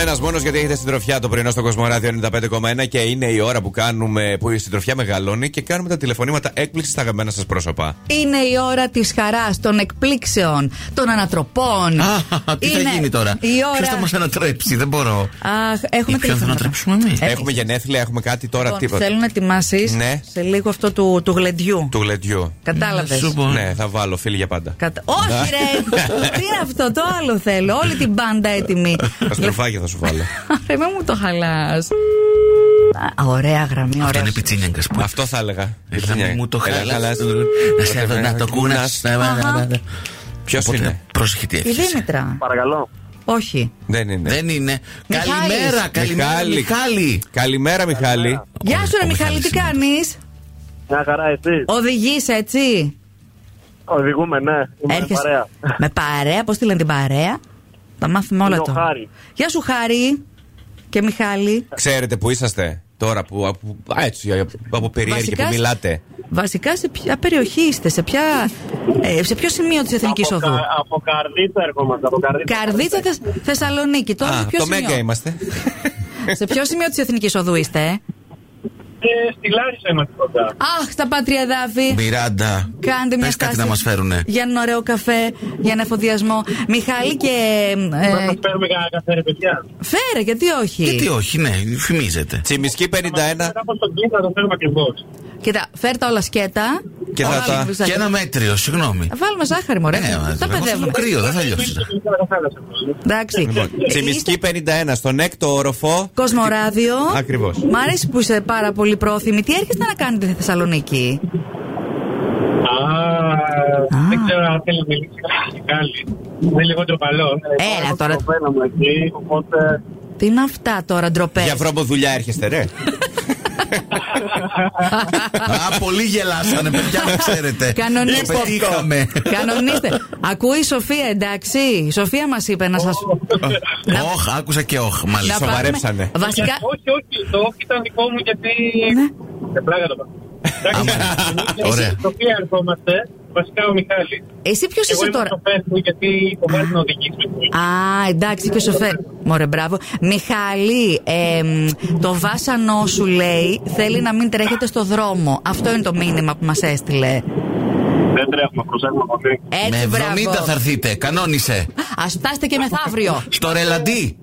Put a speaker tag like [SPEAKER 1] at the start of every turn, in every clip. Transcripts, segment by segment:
[SPEAKER 1] ένα μόνος γιατί έχετε συντροφιά το πρωινό στο Κοσμοράδιο 95,1 και είναι η ώρα που, κάνουμε, που η συντροφιά μεγαλώνει και κάνουμε τα τηλεφωνήματα έκπληξης στα αγαπημένα σας πρόσωπα.
[SPEAKER 2] Είναι η ώρα της χαράς, των εκπλήξεων, των ανατροπών.
[SPEAKER 3] Α, τι θα
[SPEAKER 2] Είναι
[SPEAKER 3] γίνει τώρα.
[SPEAKER 2] Η ώρα.
[SPEAKER 3] Ποιος θα μας ανατρέψει, δεν μπορώ.
[SPEAKER 2] Αχ, έχουμε
[SPEAKER 3] Ή ποιον
[SPEAKER 2] τηλεφωνήματα.
[SPEAKER 3] θα ανατρέψουμε εμείς.
[SPEAKER 2] Ε,
[SPEAKER 1] Έχουμε γενέθλια, έχουμε κάτι τώρα
[SPEAKER 2] Λοιπόν,
[SPEAKER 1] τίποτα.
[SPEAKER 2] Θέλω να ετοιμάσεις
[SPEAKER 1] Ναι.
[SPEAKER 2] σε λίγο αυτό του, του γλεντιού.
[SPEAKER 1] Του γλεντιού.
[SPEAKER 2] Κατάλαβες.
[SPEAKER 3] Σου πω.
[SPEAKER 1] Ναι, θα βάλω φίλοι για πάντα.
[SPEAKER 2] Κατα... Όχι, ρε! Τι είναι αυτό, το άλλο θέλω. Όλη την πάντα έτοιμη.
[SPEAKER 1] Τα στροφάκια θα σου βάλω.
[SPEAKER 2] Ρε, μην μου το χαλάς. Ωραία γραμμή,
[SPEAKER 3] Αυτό
[SPEAKER 2] ωραία.
[SPEAKER 3] είναι πιτσίνιαγκα που.
[SPEAKER 1] Αυτό θα έλεγα. Ναι.
[SPEAKER 3] Έλα να Ε, μου το
[SPEAKER 1] Έλα,
[SPEAKER 3] χαλάς
[SPEAKER 1] χαλάς.
[SPEAKER 3] Να σε δω να το κούνα.
[SPEAKER 1] Ποιο είναι.
[SPEAKER 3] Πρόσεχε τι
[SPEAKER 2] Η
[SPEAKER 3] έφτιαξες.
[SPEAKER 2] Δήμητρα.
[SPEAKER 4] Παρακαλώ.
[SPEAKER 2] Όχι.
[SPEAKER 1] Δεν είναι.
[SPEAKER 3] Δεν είναι.
[SPEAKER 2] Μιχάλης.
[SPEAKER 3] Καλημέρα, καλημέρα.
[SPEAKER 1] Ναι. Μιχάλη.
[SPEAKER 3] Μιχάλη.
[SPEAKER 1] Καλημέρα, Μιχάλη.
[SPEAKER 2] Γεια σου, ρε
[SPEAKER 3] ο
[SPEAKER 2] Μιχάλη, τι
[SPEAKER 3] Μιχάλης είναι.
[SPEAKER 2] κάνεις.
[SPEAKER 4] Μια χαρά, εσύ.
[SPEAKER 2] Οδηγείς έτσι.
[SPEAKER 4] Οδηγούμε, ναι. Είμαστε παρέα.
[SPEAKER 2] Με παρέα, πώς τη λένε την παρέα. Τα μάθουμε όλα
[SPEAKER 4] Είναι ο
[SPEAKER 2] τώρα.
[SPEAKER 4] Χάρη.
[SPEAKER 2] Γεια σου, Χάρη. Και Μιχάλη.
[SPEAKER 1] Ξέρετε που είσαστε τώρα που. από- Α, έτσι, από περιέργεια που
[SPEAKER 2] Βασικά-
[SPEAKER 1] μιλάτε.
[SPEAKER 2] Βασικά σε ποια περιοχή είστε, σε, ποια, ε, σε ποιο σημείο της Εθνικής
[SPEAKER 4] από,
[SPEAKER 2] Οδού.
[SPEAKER 4] κα, από καρδίτσα ερχόμαστε. Από καρδίτσα.
[SPEAKER 2] Καρδίτσα Θεσ... Θεσσαλονίκη. Τώρα σε
[SPEAKER 1] Α,
[SPEAKER 2] ποιο
[SPEAKER 1] το
[SPEAKER 2] σημείο.
[SPEAKER 1] Μέγκα είμαστε.
[SPEAKER 2] σε ποιο σημείο της Εθνικής Οδού είστε, ε?
[SPEAKER 4] Και Ε, στη Λάρισα είμαστε κοντά.
[SPEAKER 2] Αχ, στα πάτρια εδάφη.
[SPEAKER 3] Μιράντα.
[SPEAKER 2] Κάντε μια
[SPEAKER 3] Πες κάτι
[SPEAKER 2] στάση
[SPEAKER 3] να μας φέρουνε.
[SPEAKER 2] Για έναν ωραίο καφέ, για ένα εφοδιασμό. Μιχάλη και.
[SPEAKER 4] Πρέπει
[SPEAKER 2] Ε,
[SPEAKER 4] να παίρνουμε κανένα καφέ, ρε παιδιά.
[SPEAKER 2] φέρε, γιατί όχι.
[SPEAKER 3] Γιατί όχι, ναι, φημίζεται.
[SPEAKER 1] Τσιμισκή 51
[SPEAKER 4] Κάπω τον κλείδα το φέρουμε ακριβώς.
[SPEAKER 2] Κοίτα, φέρ τα όλα σκέτα.
[SPEAKER 1] Και θα τα-
[SPEAKER 2] βάλουμε
[SPEAKER 3] Και
[SPEAKER 2] ζάχαρη.
[SPEAKER 3] ένα μέτριο, συγγνώμη.
[SPEAKER 2] Βάλουμε ζάχαρη, μωρέ.
[SPEAKER 3] Ναι,
[SPEAKER 2] τα
[SPEAKER 3] εγώ θέλω
[SPEAKER 2] παιδεύουμε.
[SPEAKER 3] κρύο, δεν θα λιώσεις.
[SPEAKER 2] Εντάξει.
[SPEAKER 1] Λοιπόν,
[SPEAKER 3] Λοιπόν,
[SPEAKER 1] Τσιμισκή 51 στον έκτο όροφο.
[SPEAKER 2] Κοσμοράδιο.
[SPEAKER 1] Ακριβώς.
[SPEAKER 2] Μ' αρέσει που είσαι πάρα πολύ πρόθυμη. Τι έρχεστε να κάνετε στη Θεσσαλονίκη.
[SPEAKER 4] Α, δεν ξέρω αν θέλει να μιλήσει κάτι άλλη. Είναι λίγο ντροπαλό.
[SPEAKER 2] Έλα
[SPEAKER 4] Έχω
[SPEAKER 2] τώρα.
[SPEAKER 4] το κοπέλα μου εκεί, Οπότε.
[SPEAKER 2] Τι είναι αυτά τώρα, ντροπές.
[SPEAKER 1] Για βρόμπο δουλειά έρχεστε, ρε.
[SPEAKER 3] Α, πολύ γελάσανε, παιδιά, να ξέρετε.
[SPEAKER 2] Κανονίστε.
[SPEAKER 3] Το Πετύχαμε.
[SPEAKER 2] Κανονίστε. Ακούει η Σοφία, εντάξει. Η Σοφία μας είπε να σας.
[SPEAKER 3] Όχ, άκουσα και όχ,
[SPEAKER 2] να
[SPEAKER 3] μάλιστα.
[SPEAKER 2] πάρουμε-
[SPEAKER 1] σοβαρέψανε.
[SPEAKER 2] Βασικά.
[SPEAKER 4] Όχι, όχι. Το όχι ήταν δικό μου γιατί.
[SPEAKER 2] Ναι.
[SPEAKER 4] Δεν πλάκα το πάω. Εντάξει,
[SPEAKER 3] Άμα.
[SPEAKER 4] εμείς
[SPEAKER 3] Ωραία.
[SPEAKER 4] στην Σοφία ερχόμαστε. Βασικά ο Μιχάλης.
[SPEAKER 2] Εσύ ποιος
[SPEAKER 4] Εγώ
[SPEAKER 2] είσαι
[SPEAKER 4] είμαι
[SPEAKER 2] τώρα.
[SPEAKER 4] στο Facebook γιατί φοβάμαι να οδηγήσω.
[SPEAKER 2] Α, εντάξει και σοφέ. Μωρέ, μπράβο. Μιχάλη, εμ, το βάσανό σου λέει θέλει να μην τρέχετε στο δρόμο. Αυτό είναι το μήνυμα που μας έστειλε.
[SPEAKER 4] Δεν τρέχουμε, προσέχουμε πολύ.
[SPEAKER 2] Έτσι,
[SPEAKER 3] Με 70
[SPEAKER 2] μπράβο.
[SPEAKER 3] θα έρθείτε, κανόνισε.
[SPEAKER 2] Α φτάσετε και μεθαύριο
[SPEAKER 3] Στο ρελαντί.
[SPEAKER 2] στις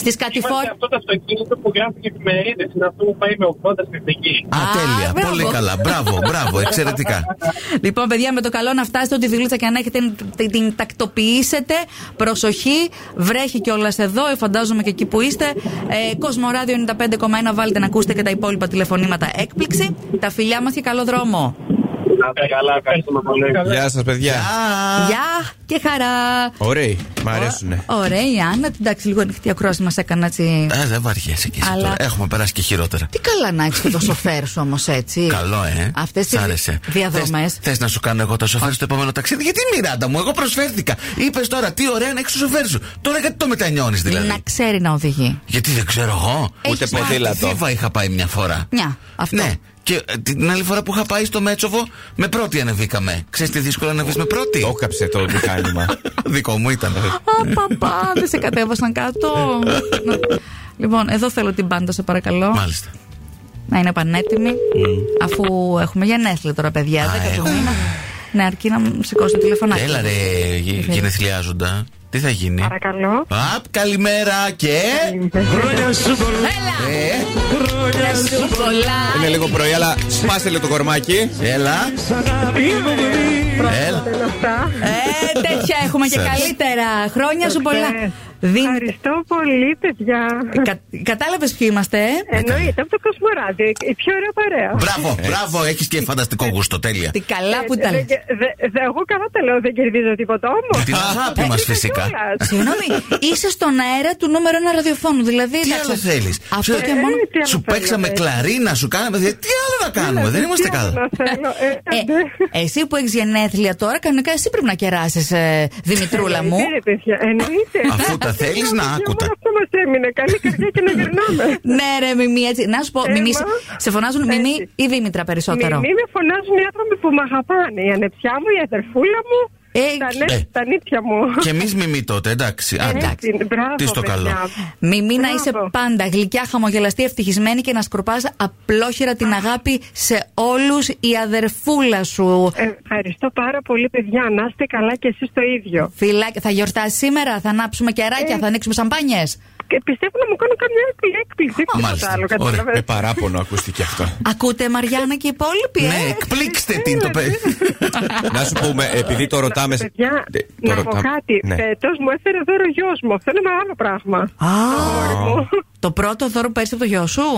[SPEAKER 4] Είμαστε
[SPEAKER 2] κατηφόρε.
[SPEAKER 4] αυτό το αυτοκίνητο που γράφει και εφημερίδε. Είναι αυτό που πάει με 80 στην Εθνική.
[SPEAKER 3] Α,
[SPEAKER 2] Α,
[SPEAKER 3] τέλεια.
[SPEAKER 2] μπράβο.
[SPEAKER 3] Πολύ καλά. Μπράβο, μπράβο, εξαιρετικά.
[SPEAKER 2] Λοιπόν, παιδιά, με το καλό να φτάσετε ό,τι δουλίτσα και αν έχετε την, την τακτοποιήσετε. Προσοχή, βρέχει κιόλας εδώ, ε, φαντάζομαι και εκεί που είστε. Ε, Κοσμοράδιο 95,1, βάλετε να ακούσετε και τα υπόλοιπα τηλεφωνήματα έκπληξη. Τα φιλιά μας και καλό δρόμο.
[SPEAKER 4] Να είστε καλά, ευχαριστούμε πολύ.
[SPEAKER 1] Γεια σας, παιδιά.
[SPEAKER 3] Α,
[SPEAKER 2] Γεια και χαρά!
[SPEAKER 1] Ωραίοι, μ' αρέσουνε.
[SPEAKER 2] Ωραία, η Άννα. Εντάξει, λίγο ανοιχτή ακρόαση μας έκανε έτσι.
[SPEAKER 3] Ε, δεν βαριέσαι κι εσύ
[SPEAKER 2] Αλλά-
[SPEAKER 3] τώρα. Έχουμε περάσει και χειρότερα.
[SPEAKER 2] Τι καλά να έχεις και το σοφέρ σου όμως, έτσι.
[SPEAKER 3] Καλό, ε.
[SPEAKER 2] Αυτές τις
[SPEAKER 3] Σ' άρεσε.
[SPEAKER 2] διαδρομές.
[SPEAKER 3] Θες να σου κάνω εγώ το σοφέρ στο επόμενο ταξίδι. Γιατί Μιράντα μου, εγώ προσφέρθηκα. Είπες τώρα τι ωραία να έχεις το σοφέρ σου. Τώρα γιατί το μετανιώνεις δηλαδή.
[SPEAKER 2] Να ξέρει να οδηγεί.
[SPEAKER 3] Γιατί δεν ξέρω εγώ.
[SPEAKER 1] Ούτε
[SPEAKER 2] Έχεις
[SPEAKER 3] Στη
[SPEAKER 1] ποδήλατο.
[SPEAKER 3] Θήβα είχα πάει μια φορά.
[SPEAKER 2] Μια. Αυτό.
[SPEAKER 3] Ναι. Και ε, την άλλη φορά που είχα πάει στο Μέτσοβο, με πρώτη ανεβήκαμε. Ξέρεις τι δύσκολο ανεβείς με πρώτη.
[SPEAKER 1] Το κάψε το μηχάνημα.
[SPEAKER 3] Δικό μου ήταν.
[SPEAKER 2] Α, παπά, δεν σε κατέβασαν κάτω. λοιπόν, εδώ θέλω την πάντα, σε παρακαλώ.
[SPEAKER 3] Μάλιστα.
[SPEAKER 2] Να είναι πανέτοιμη. Αφού έχουμε γενέθλια τώρα, παιδιά.
[SPEAKER 3] Α,
[SPEAKER 2] Δέκα του
[SPEAKER 3] έχουμε.
[SPEAKER 2] μήνα. Ναι, αρκεί να μου σηκώσει το τηλεφωνάκι.
[SPEAKER 3] Έλα ρε, γε- γενεθλιάζοντα. Τι θα γίνει.
[SPEAKER 5] Παρακαλώ.
[SPEAKER 3] Απ, καλημέρα και.
[SPEAKER 2] Έλα!
[SPEAKER 3] Ε,
[SPEAKER 2] να σου πολλά!
[SPEAKER 1] Είναι λίγο πρωί, αλλά σπάσε λίγο το κορμάκι.
[SPEAKER 3] έλα. Έλα.
[SPEAKER 5] Αυτά.
[SPEAKER 2] Ε, τέτοια έχουμε και
[SPEAKER 3] Ξέρεις.
[SPEAKER 2] καλύτερα. Χρόνια σου πολλά.
[SPEAKER 5] Ε,
[SPEAKER 2] Δήμητρα,
[SPEAKER 5] Ευχαριστώ πολύ, παιδιά.
[SPEAKER 2] Κα, Κατάλαβες ποιοι είμαστε. ε?
[SPEAKER 5] Εννοείται από το Κοσμοράδιο, η- η πιο ωραία παρέα.
[SPEAKER 3] Μπράβο, μπράβο, έχεις και φανταστικό γούστο. Τέλεια.
[SPEAKER 2] Τι καλά που ήταν.
[SPEAKER 5] Ε, δε- δε- δε- Εγώ καλά τα λέω, δεν κερδίζω τίποτα όμως.
[SPEAKER 3] Την αγάπη μα φυσικά.
[SPEAKER 2] Συγγνώμη, είσαι στον αέρα του νούμερο ένα ραδιοφώνου. Δηλαδή,
[SPEAKER 3] Τι
[SPEAKER 2] εντάξει,
[SPEAKER 3] άλλο θέλεις.
[SPEAKER 2] Αυτό και μόνο.
[SPEAKER 3] Σου παίξαμε κλαρίνα, σου κάναμε. δε- ε. Ναι, Τι άλλο να κάνουμε, δεν είμαστε καλά.
[SPEAKER 2] Ε, εσύ που έχεις γενέθλια τώρα, κανονικά εσύ πρέπει να κεράσεις,
[SPEAKER 5] Ε,
[SPEAKER 2] Δημητρούλα μου.
[SPEAKER 5] ναι, Εννοείται. Ε,
[SPEAKER 3] Αφού τα θέλεις, να άκουτα.
[SPEAKER 5] Αυτό μας έμεινε. Καλή καρδιά και να γυρνάμε.
[SPEAKER 2] ναι, ρε, Μιμή, έτσι. Να σου πω,
[SPEAKER 5] Ε,
[SPEAKER 2] Μιμή,
[SPEAKER 5] μα.
[SPEAKER 2] σε φωνάζουν Μιμή
[SPEAKER 5] Έτσι.
[SPEAKER 2] ή Δήμητρα περισσότερο.
[SPEAKER 5] Μη, μη με φωνάζουν οι άνθρωποι που με αγαπάνε. Η ανεψιά μου, η αδερφούλα μου,
[SPEAKER 2] Ε,
[SPEAKER 5] Τα, νέ- τα νύτια μου.
[SPEAKER 3] Και εμείς μιμή τότε, εντάξει. Άντε.
[SPEAKER 2] Εντάξει.
[SPEAKER 5] Ε, Μπράβο,
[SPEAKER 3] Τι στο καλό.
[SPEAKER 5] παιδιά.
[SPEAKER 2] Μιμή να
[SPEAKER 5] Μπράβο.
[SPEAKER 2] είσαι πάντα γλυκιά, χαμογελαστή, ευτυχισμένη και να σκορπάς απλόχερα την αγάπη σε όλους η αδερφούλα σου.
[SPEAKER 5] Ε, Ευχαριστώ πάρα πολύ, παιδιά. Να είστε καλά και εσείς το ίδιο.
[SPEAKER 2] Φιλάκια, θα γιορτάσει σήμερα, θα ανάψουμε κεράκια,
[SPEAKER 5] Ε.
[SPEAKER 2] θα ανοίξουμε σαμπάνιες.
[SPEAKER 5] Και πιστεύω να μου κάνουν καμιά έκπληξη.
[SPEAKER 3] μάλιστα.
[SPEAKER 5] Τίποτα άλλο,
[SPEAKER 3] Ωραία.
[SPEAKER 5] καταλαβαίνεις.
[SPEAKER 1] Με παράπονο ακούστηκε αυτό.
[SPEAKER 2] Ακούτε Μαριάννα και οι υπόλοιποι,
[SPEAKER 3] Ναι,
[SPEAKER 2] ε?
[SPEAKER 3] εκπλήξτε την το παιδί.
[SPEAKER 1] Να σου πούμε, επειδή το ρωτάμε.
[SPEAKER 5] Παιδιά,
[SPEAKER 1] Ε, το
[SPEAKER 5] να πω
[SPEAKER 1] ρωτάμε-
[SPEAKER 5] κάτι. Ε,
[SPEAKER 1] Ναι.
[SPEAKER 5] Φέτος μου έφερε δώρο γιος μου. Αυτό είναι ένα άλλο πράγμα.
[SPEAKER 2] Α,
[SPEAKER 5] Μου.
[SPEAKER 2] το πρώτο δώρο που παίρνεις από το γιο σου.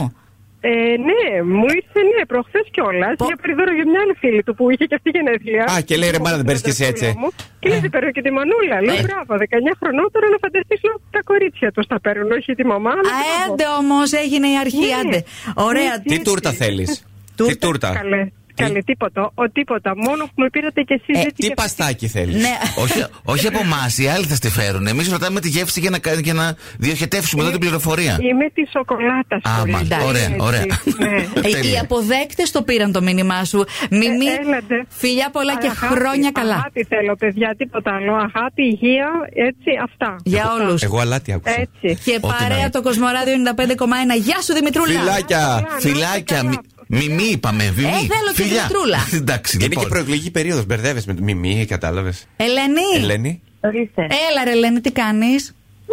[SPEAKER 5] Ε, ναι, μου ήρθε ναι, προχθές κιόλας.
[SPEAKER 2] Πω-
[SPEAKER 5] Για περιδόρο για μια άλλη φίλη του που είχε και αυτή γενέθλια.
[SPEAKER 1] Α, και λέει, ρε, μάνα, δεν παίρνεις και εσύ έτσι, ε.
[SPEAKER 5] Μου. Και λέει, δεν παίρνω και τη μανούλα. Λέω, μπράβο, 19 χρονών τώρα να φανταστείς λέω, τα κορίτσια τους τα παίρνουν, όχι τη μαμά. αλλά μπράβο.
[SPEAKER 2] Αέντε όμως, έγινε η αρχή,
[SPEAKER 5] Ναι.
[SPEAKER 2] άντε. Ωραία.
[SPEAKER 5] Ναι,
[SPEAKER 1] Τι τούρτα θέλεις. Τι
[SPEAKER 2] Τούρτα,
[SPEAKER 1] τούρτα. Ε,
[SPEAKER 5] Καλέ, καλέ, τίποτα. Ο, τίποτα. Μόνος που με πήρατε κι εσείς.
[SPEAKER 2] Ε,
[SPEAKER 1] Τι παστάκι θέλεις.
[SPEAKER 2] Ναι.
[SPEAKER 3] όχι, όχι από εμάς, οι άλλοι θα στη φέρουν. Εμείς ρωτάμε τη γεύση για να, κα- για να διοχετεύσουμε εδώ την πληροφορία.
[SPEAKER 2] Ε.
[SPEAKER 5] Είμαι της σοκολάτας
[SPEAKER 3] Α,
[SPEAKER 5] σου.
[SPEAKER 3] μα,
[SPEAKER 5] ρε.
[SPEAKER 3] ωραία,
[SPEAKER 5] Έτσι,
[SPEAKER 3] ωραία.
[SPEAKER 5] ναι.
[SPEAKER 2] Ε, Οι
[SPEAKER 3] Τέλεια.
[SPEAKER 2] αποδέκτες το πήραν το μήνυμά σου. Μιμή,
[SPEAKER 5] Ε, έλατε.
[SPEAKER 2] φιλιά πολλά και
[SPEAKER 5] Αλλά αγάπη,
[SPEAKER 2] χρόνια καλά.
[SPEAKER 5] Αγάπη θέλω, παιδιά, τίποτα άλλο. Αγάπη, υγεία, έτσι, αυτά.
[SPEAKER 2] Για όλους.
[SPEAKER 1] Εγώ αλάτι άκουσα.
[SPEAKER 5] Έτσι.
[SPEAKER 2] Και
[SPEAKER 3] Ό,τι να
[SPEAKER 2] παρέα
[SPEAKER 3] είναι.
[SPEAKER 2] το Κοσμοράδιο 95,1. Γεια σου Δημητρούλα.
[SPEAKER 1] Φιλάκια.
[SPEAKER 5] Καλά, να
[SPEAKER 3] Φιλάκια,
[SPEAKER 5] είστε
[SPEAKER 3] μι-
[SPEAKER 5] καλά.
[SPEAKER 3] μιμή είπαμε. Μιμή.
[SPEAKER 2] Ε, θέλω και
[SPEAKER 3] Φιλιά.
[SPEAKER 2] γλιστρούλα.
[SPEAKER 3] Εντάξει,
[SPEAKER 1] Είναι και
[SPEAKER 3] λοιπόν.
[SPEAKER 1] προεκλογική περίοδος. Μπερδεύεσαι με το μιμή, κατάλαβες.
[SPEAKER 2] Ελένη.
[SPEAKER 5] Ε.
[SPEAKER 1] Ελένη.
[SPEAKER 6] Ορίστε.
[SPEAKER 2] Έλα ρε Ελένη, τι κάνεις.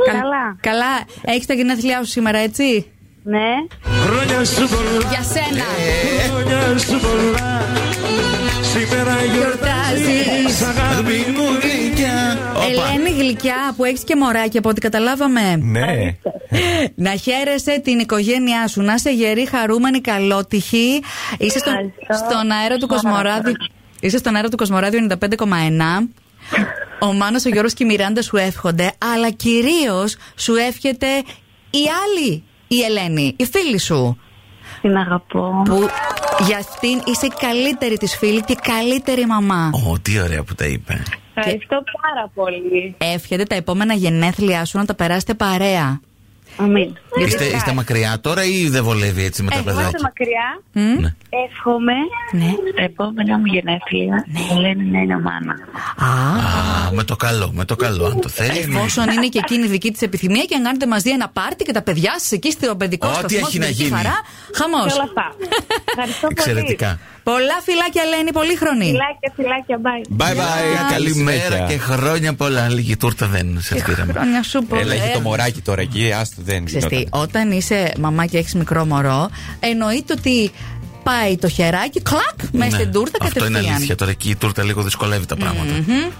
[SPEAKER 6] καλά.
[SPEAKER 2] Καλά. Έχεις τα γενέθλιά σου σήμερα, έτσι.
[SPEAKER 6] Ναι.
[SPEAKER 7] Χρόνια σου πολλά,
[SPEAKER 2] Για σένα.
[SPEAKER 7] χρόνια σου πολλά. Σήμερα γιορτάζεις
[SPEAKER 2] Γιορτάζεις.
[SPEAKER 7] αγάπη μου
[SPEAKER 3] Γλυκιά. Όπα.
[SPEAKER 2] Ελένη γλυκιά που έχεις και μωράκι από ό,τι καταλάβαμε.
[SPEAKER 1] Ναι.
[SPEAKER 2] Να χαίρεσαι την οικογένειά σου, να είσαι γερή, χαρούμενη, καλότυχη. Είσαι στον,
[SPEAKER 6] Ευχαριστώ.
[SPEAKER 2] στον αέρα του Κοσμοράδιου. Είσαι στον αέρα του Κοσμοράδιου 95,1. Ο Μάνος, ο Γιώργος και η Μιράντα σου εύχονται, αλλά κυρίως σου εύχεται η άλλη, η Ελένη, η φίλη σου.
[SPEAKER 6] Την αγαπώ.
[SPEAKER 2] Που για αυτήν είσαι η καλύτερη της φίλη και η καλύτερη μαμά.
[SPEAKER 3] Ω, τι ωραία που τα είπε.
[SPEAKER 2] Ε,
[SPEAKER 6] Ευχαριστώ πάρα πολύ.
[SPEAKER 2] Εύχεται τα επόμενα γενέθλιά σου να τα περάσετε παρέα.
[SPEAKER 6] Αμήν.
[SPEAKER 3] Είστε, είστε μακριά τώρα ή δεν βολεύει έτσι με τα
[SPEAKER 6] Είμαστε
[SPEAKER 3] παιδάκια.
[SPEAKER 6] μακριά.
[SPEAKER 2] Μμ?
[SPEAKER 3] Ναι.
[SPEAKER 6] Εύχομαι
[SPEAKER 2] Ναι.
[SPEAKER 6] τα επόμενα μου γενέθλια ναι. λένε να είναι μάνα.
[SPEAKER 2] Α,
[SPEAKER 3] Α, με το καλό, με το καλό. Αν το θέλει. ναι.
[SPEAKER 2] Εφόσον είναι και εκείνη δική της επιθυμία και αν κάνετε μαζί ένα πάρτι και τα παιδιά σας εκεί στο παιδικό
[SPEAKER 3] Ό,τι
[SPEAKER 2] σταθμό,
[SPEAKER 3] έχει
[SPEAKER 2] στην
[SPEAKER 3] να
[SPEAKER 2] Αγία
[SPEAKER 3] γίνει.
[SPEAKER 2] Χαρά, χαμός.
[SPEAKER 6] Και όλα αυτά. Ευχαριστώ πολύ.
[SPEAKER 3] Εξαιρετικά.
[SPEAKER 2] Πολλά φιλάκια, Ελένη, πολύχρονη.
[SPEAKER 6] Φιλάκια, φιλάκια, bye.
[SPEAKER 1] Bye bye. Καλή
[SPEAKER 3] Καλημέρα και χρόνια πολλά. Λίγη τούρτα δεν σα πήραμε.
[SPEAKER 2] Χρόνια σου πολλά.
[SPEAKER 1] Έλα, έχει το μωράκι τώρα εκεί. Άστο δεν
[SPEAKER 2] Ξέρεις τι,
[SPEAKER 1] γινόταν.
[SPEAKER 2] όταν είσαι μαμά και έχεις μικρό μωρό, εννοείται ότι πάει το χεράκι, κλακ, μέσα
[SPEAKER 3] Ναι.
[SPEAKER 2] στην τούρτα
[SPEAKER 3] Αυτό είναι
[SPEAKER 2] κατευθείαν.
[SPEAKER 3] αλήθεια. Τώρα εκεί η τούρτα λίγο δυσκολεύει τα πράγματα.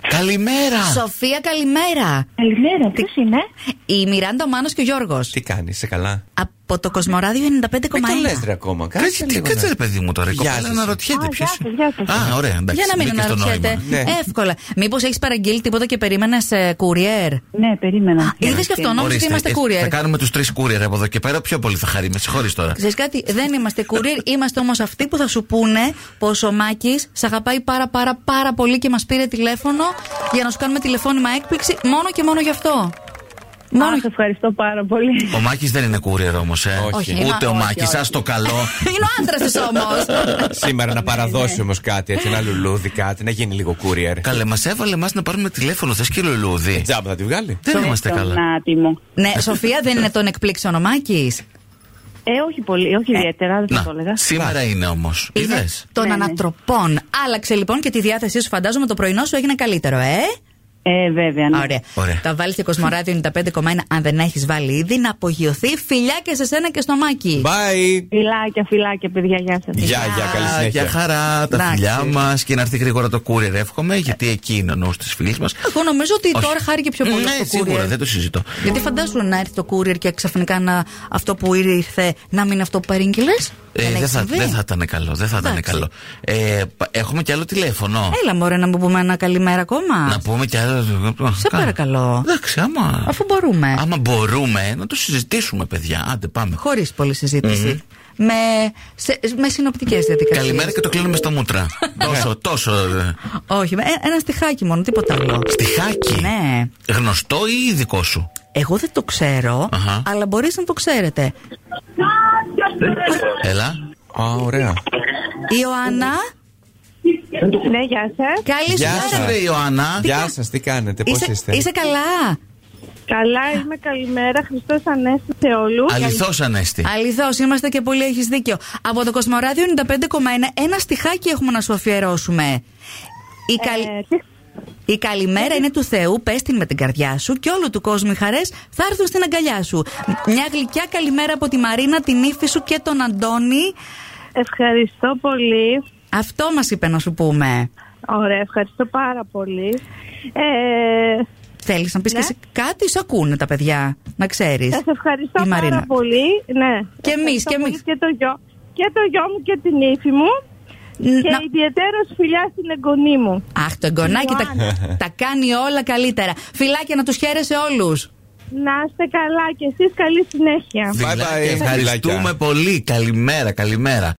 [SPEAKER 3] Καλημέρα!
[SPEAKER 2] Σοφία, καλημέρα.
[SPEAKER 6] Καλημέρα, ναι. ποιος είναι?
[SPEAKER 2] Η Μιράντα, ο Μάνος και ο Γιώργος.
[SPEAKER 1] Τι κάνεις, είσαι καλά.
[SPEAKER 2] Από το Κοσμοράδιο 95,1.
[SPEAKER 1] Δεν καλέ ρε ακόμα. Κάτσε
[SPEAKER 3] Κάτσε, τι
[SPEAKER 1] λίγο.
[SPEAKER 3] κάτσε ρε
[SPEAKER 1] να-
[SPEAKER 3] παιδί μου τώρα. Η
[SPEAKER 1] Γεια
[SPEAKER 3] κοπέλα
[SPEAKER 1] σας.
[SPEAKER 3] αναρωτιέται
[SPEAKER 6] Α,
[SPEAKER 3] ποιο.
[SPEAKER 6] γεια σας, γεια σας.
[SPEAKER 3] Α, ωραία, εντάξει.
[SPEAKER 2] Για να μην
[SPEAKER 3] μπήκε στο
[SPEAKER 2] αναρωτιέται.
[SPEAKER 3] νόημα.
[SPEAKER 1] Ναι.
[SPEAKER 2] Εύκολα. Μήπως έχεις παραγγείλει τίποτα και ε, περίμενε κουριέρ.
[SPEAKER 6] Ναι, περίμενα.
[SPEAKER 2] Είδες και αυτό, νόμιζα ότι
[SPEAKER 3] Ορίστε,
[SPEAKER 2] είμαστε
[SPEAKER 3] ε, Θα
[SPEAKER 2] courier.
[SPEAKER 3] κάνουμε τους τρεις κούριερ από εδώ και πέρα. Πιο πολύ θα χαρεί, με συγχωρείς τώρα.
[SPEAKER 2] Ξέρεις κάτι, δεν είμαστε courier, είμαστε όμως αυτοί που θα σου πούνε πως ο Μάκης σε αγαπάει πάρα πάρα πάρα πολύ και μας πήρε τηλέφωνο για να σου κάνουμε τηλεφώνημα έκπληξη μόνο και μόνο γι' αυτό. Μόνο
[SPEAKER 6] Μόνο.
[SPEAKER 2] γι'
[SPEAKER 6] Σε ευχαριστώ πάρα πολύ.
[SPEAKER 3] Ο Μάκης δεν είναι courier όμως, ε.
[SPEAKER 1] Όχι.
[SPEAKER 2] Όχι,
[SPEAKER 3] Ούτε ο
[SPEAKER 2] όχι,
[SPEAKER 3] Μάκης,
[SPEAKER 2] όχι.
[SPEAKER 3] α το καλό.
[SPEAKER 2] Είναι ο άντρας της όμως.
[SPEAKER 1] Σήμερα να παραδώσει όμως κάτι, έτσι, ένα λουλούδι, κάτι, να γίνει λίγο courier.
[SPEAKER 3] Καλέ, μας έβαλε εμάς να πάρουμε τηλέφωνο. Θες και λουλούδι.
[SPEAKER 1] Τζάμπα θα τη βγάλει.
[SPEAKER 3] Δεν είμαστε Ε, καλά.
[SPEAKER 6] άτιμο.
[SPEAKER 2] ναι, Σοφία δεν είναι τον εκπλήξεων ο Μάκης.
[SPEAKER 6] Ε, όχι πολύ, όχι ιδιαίτερα, δεν θα το έλεγα.
[SPEAKER 3] Να, σήμερα είναι όμως. Είδε.
[SPEAKER 2] Των
[SPEAKER 6] Ναι, ναι.
[SPEAKER 2] ανατροπών. Άλλαξε λοιπόν και τη διάθεσή σου, φαντάζομαι το πρωινό σου έγινε καλύτερο, ε.
[SPEAKER 6] Ε, βέβαια. ναι.
[SPEAKER 2] Ωραία.
[SPEAKER 3] Ωραία.
[SPEAKER 2] Τα βάλει και Κοσμοράδιο 95,1 αν δεν έχεις βάλει ήδη. Να απογειωθεί. Φιλιά και σε σένα και στο μάκι.
[SPEAKER 1] Bye.
[SPEAKER 6] Φιλάκια, φιλάκια, παιδιά, γεια σας.
[SPEAKER 1] Γεια, γεια, καλή
[SPEAKER 3] Α, Για
[SPEAKER 1] συνέχεια.
[SPEAKER 3] χαρά, τα
[SPEAKER 2] Εντάξει.
[SPEAKER 3] φιλιά μας και να έρθει γρήγορα το courier, εύχομαι, γιατί εκεί είναι ο νους της φίλης μας.
[SPEAKER 2] Εγώ νομίζω ότι Ε. τώρα χάρηκε πιο πολύ
[SPEAKER 3] Ναι,
[SPEAKER 2] το ε.
[SPEAKER 3] σίγουρα,
[SPEAKER 2] courier.
[SPEAKER 3] δεν το συζητώ.
[SPEAKER 2] Γιατί φαντάσου να έρθει το courier και ξαφνικά να, αυτό που ήρθε να μην είναι αυτό που παρήγγειλες.
[SPEAKER 3] Ε, δεν, θα, δεν θα ήταν καλό, δεν θα ήταν
[SPEAKER 2] Εντάξει. Ε,
[SPEAKER 3] καλό. Ε, πα- έχουμε κι άλλο τηλέφωνο.
[SPEAKER 2] Έλα, μωρέ, να μου πούμε ένα καλημέρα ακόμα.
[SPEAKER 3] Να πούμε κι άλλο.
[SPEAKER 2] Σε
[SPEAKER 3] Κα-
[SPEAKER 2] παρακαλώ.
[SPEAKER 3] Εντάξει, άμα.
[SPEAKER 2] Αφού Ναι. μπορούμε.
[SPEAKER 3] Άμα μπορούμε να το συζητήσουμε, παιδιά. Άντε, πάμε.
[SPEAKER 2] Χωρίς πολλή συζήτηση. Με, σε, με συνοπτικές διαδικασίες.
[SPEAKER 3] Καλημέρα και το κλείνουμε στα μούτρα.
[SPEAKER 2] Ναι.
[SPEAKER 3] τόσο, τόσο. ε,
[SPEAKER 2] Όχι, με- ένα στιχάκι μόνο, τίποτα άλλο.
[SPEAKER 3] Στιχάκι.
[SPEAKER 2] Ναι.
[SPEAKER 3] Γνωστό ή δικό σου.
[SPEAKER 2] Εγώ δεν το ξέρω,
[SPEAKER 3] Αχα.
[SPEAKER 2] αλλά μπορείς να το ξέρετε.
[SPEAKER 3] Έλα.
[SPEAKER 1] Α, ωραία.
[SPEAKER 2] Ιωάννα,
[SPEAKER 5] Ναι, γεια σας.
[SPEAKER 2] Καλή σου
[SPEAKER 1] Γεια
[SPEAKER 2] μέρα.
[SPEAKER 1] σας.
[SPEAKER 3] Σου ρε Ιωάννα.
[SPEAKER 1] Γεια σας, τι κάνετε, πώς
[SPEAKER 2] Είσαι,
[SPEAKER 1] είστε.
[SPEAKER 2] είσαι καλά.
[SPEAKER 5] Καλά, είμαι καλημέρα. Χριστός Ανέστη σε όλους.
[SPEAKER 3] Αληθώς ανέστη.
[SPEAKER 2] Αληθώς, είμαστε και πολύ έχεις δίκιο. Από το Κοσμοράδιο 95,1 ένα στιχάκι έχουμε να σου αφιερώσουμε. Η, καλ-
[SPEAKER 5] Ε, τι-
[SPEAKER 2] η καλημέρα είναι του Θεού, πες την με την καρδιά σου και όλου του κόσμου οι χαρές θα έρθουν στην αγκαλιά σου. Μια γλυκιά καλημέρα από τη Μαρίνα, την ύφη σου και τον Αντώνη.
[SPEAKER 5] Ευχαριστώ πολύ.
[SPEAKER 2] Αυτό μας είπε να σου πούμε.
[SPEAKER 5] Ωραία, ευχαριστώ πάρα πολύ. Ε,
[SPEAKER 2] Θέλεις να πεις
[SPEAKER 5] Ναι.
[SPEAKER 2] και εσύ κάτι, σε ακούνε τα παιδιά, να ξέρεις.
[SPEAKER 5] σας ευχαριστώ
[SPEAKER 2] Η Μαρίνα.
[SPEAKER 5] πάρα πολύ. Ναι.
[SPEAKER 2] Και εμείς,
[SPEAKER 5] Ευχαριστώ
[SPEAKER 2] και
[SPEAKER 5] πολύ
[SPEAKER 2] εμείς.
[SPEAKER 5] Και το, γιο, και το γιο μου και την ύφη μου. Και
[SPEAKER 2] Να-
[SPEAKER 5] ιδιαίτερος φιλιά στην εγγονή μου.
[SPEAKER 2] Αχ, το εγγονάκι τα, τα κάνει όλα καλύτερα. Φιλάκια να τους χαίρεσαι όλους.
[SPEAKER 5] Να είστε καλά και εσείς καλή συνέχεια.
[SPEAKER 1] Bye bye,
[SPEAKER 3] Φιλάκια, Ευχαριστούμε
[SPEAKER 1] φιλάκια.
[SPEAKER 3] πολύ. Καλημέρα, καλημέρα.